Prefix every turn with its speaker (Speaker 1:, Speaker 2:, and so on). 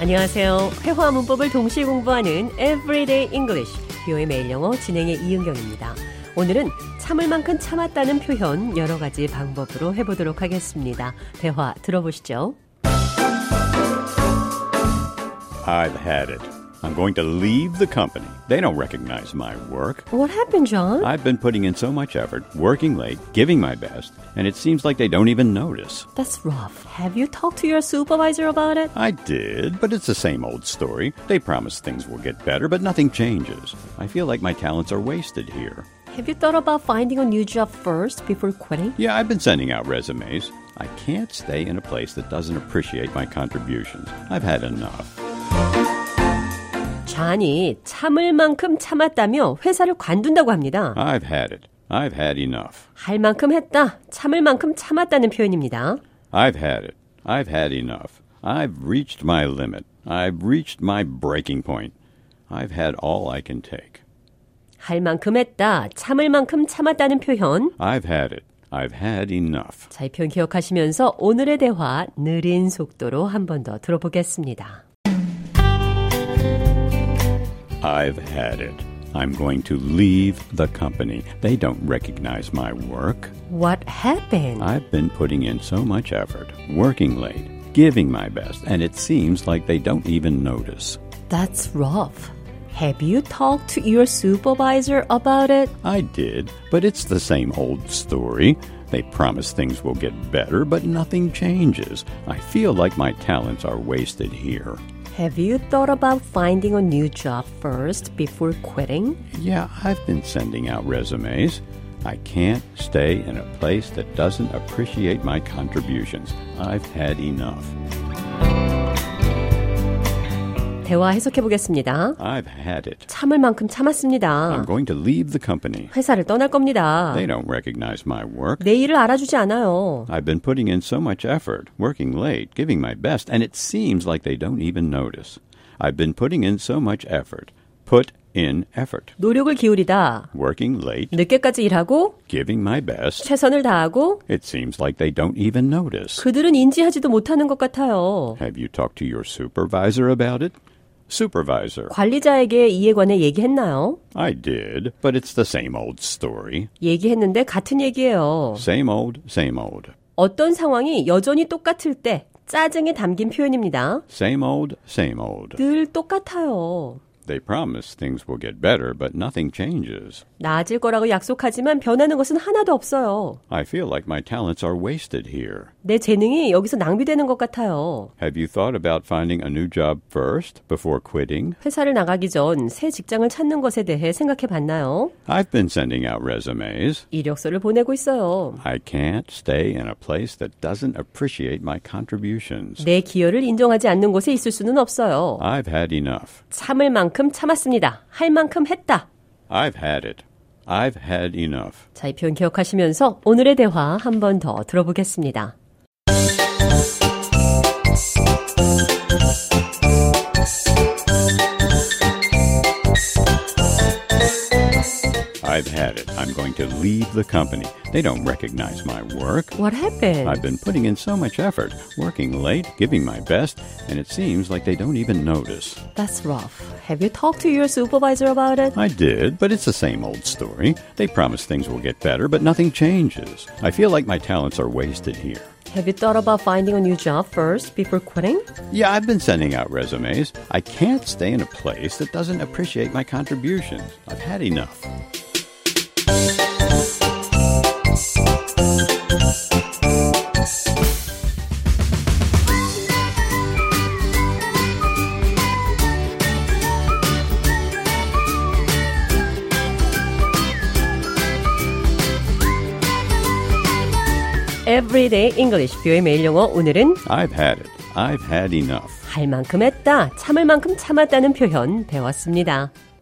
Speaker 1: 안녕하세요. 회화 문법을 동시에 공부하는 Everyday English 뷰의 매일 영어 진행의 이은경입니다. 오늘은 참을 만큼 참았다는 표현 여러 가지 방법으로 해보도록 하겠습니다. 대화 들어보시죠.
Speaker 2: I've had it. I'm going to leave the company. They don't recognize my work.
Speaker 1: What happened, John?
Speaker 2: I've been putting in so much effort, working late, giving my best, and it seems like they don't even notice.
Speaker 1: That's rough. Have you talked to your supervisor about it?
Speaker 2: I did, but it's the same old story. They promise things will get better, but nothing changes. I feel like my talents are wasted here.
Speaker 1: Have you thought about finding a new job first before quitting?
Speaker 2: Yeah, I've been sending out resumes. I can't stay in a place that doesn't appreciate my contributions. I've had enough.
Speaker 1: 잔이 참을 만큼 참았다며 회사를 관둔다고 합니다.
Speaker 2: I've had it. I've had enough.
Speaker 1: 할 만큼 했다, 참을 만큼 참았다는 표현입니다.
Speaker 2: I've had it. I've had enough. I've reached my limit. I've reached my breaking point. I've had all I can take.
Speaker 1: 할 만큼 했다, 참을 만큼 참았다는 표현.
Speaker 2: I've had it. I've had enough.
Speaker 1: 자, 이 표현 기억하시면서 오늘의 대화 느린 속도로 한 번 더 들어보겠습니다.
Speaker 2: I've had it. I'm going to leave the company. They don't recognize my work.
Speaker 1: What happened?
Speaker 2: I've been putting in so much effort, working late, giving my best, and it seems like they don't even notice.
Speaker 1: That's rough. Have you talked to your supervisor about it?
Speaker 2: I did, but it's the same old story. They promise things will get better, but nothing changes. I feel like my talents are wasted here.
Speaker 1: Have you thought about finding a new job first before quitting?
Speaker 2: Yeah, I've been sending out resumes. I can't stay in a place that doesn't appreciate my contributions. I've had enough.
Speaker 1: 대화 해석해 보겠습니다.
Speaker 2: I've had it.
Speaker 1: 참을 만큼
Speaker 2: I'm
Speaker 1: 참았습니다.
Speaker 2: going to leave the company.
Speaker 1: 회사를 떠날 겁니다.
Speaker 2: They don't recognize my work.
Speaker 1: 내 일을 알아주지 않아요.
Speaker 2: I've been putting in so much effort, working late, giving my best, and it seems like they don't even notice. I've been putting in so much effort. Put in effort.
Speaker 1: 노력을 기울이다.
Speaker 2: Working late,
Speaker 1: 늦게까지 일하고
Speaker 2: giving my best.
Speaker 1: 최선을 다하고
Speaker 2: It seems like they don't even notice.
Speaker 1: 그들은 인지하지도 못하는 것 같아요.
Speaker 2: Have you talked to your supervisor about it? Supervisor.
Speaker 1: 관리자에게 이에 관해 얘기했나요?
Speaker 2: I did, but it's the same old story.
Speaker 1: 얘기했는데 같은 얘기예요.
Speaker 2: Same old, same old.
Speaker 1: 어떤 상황이 여전히 똑같을 때 짜증에 담긴 표현입니다.
Speaker 2: Same old, same old.
Speaker 1: 늘 똑같아요.
Speaker 2: They promise things will get better, but nothing changes.
Speaker 1: 나아질 거라고 약속하지만 변하는 것은 하나도 없어요.
Speaker 2: I feel like my talents are wasted here.
Speaker 1: 내 재능이 여기서 낭비되는 것 같아요.
Speaker 2: Have you thought about finding a new job first before quitting?
Speaker 1: 회사를 나가기 전 새 직장을 찾는 것에 대해 생각해 봤나요?
Speaker 2: I've been sending out resumes.
Speaker 1: 이력서를 보내고 있어요.
Speaker 2: I can't stay in a place that doesn't appreciate my contributions.
Speaker 1: 내 기여를 인정하지 않는 곳에 있을 수는 없어요.
Speaker 2: I've had enough.
Speaker 1: 참을 만큼 참았습니다. 할 만큼 했다.
Speaker 2: I've had it. I've had enough.
Speaker 1: 자, 이 표현 기억하시면서 오늘의 대화 한 번 더 들어보겠습니다.
Speaker 2: I've had it. I'm going to leave the company. They don't recognize my work.
Speaker 1: What happened?
Speaker 2: I've been putting in so much effort, working late, giving my best, and it seems like they don't even notice.
Speaker 1: That's rough. Have you talked to your supervisor about it?
Speaker 2: I did, but it's the same old story. They promise things will get better, but nothing changes. I feel like my talents are wasted here.
Speaker 1: Have you thought about finding a new job first before quitting?
Speaker 2: Yeah, I've been sending out resumes. I can't stay in a place that doesn't appreciate my contributions. I've had enough.
Speaker 1: Everyday English 뷰의 매일 영어 오늘은
Speaker 2: I've had it. I've had enough.
Speaker 1: 할 만큼 했다, 참을 만큼 참았다는 표현 배웠습니다.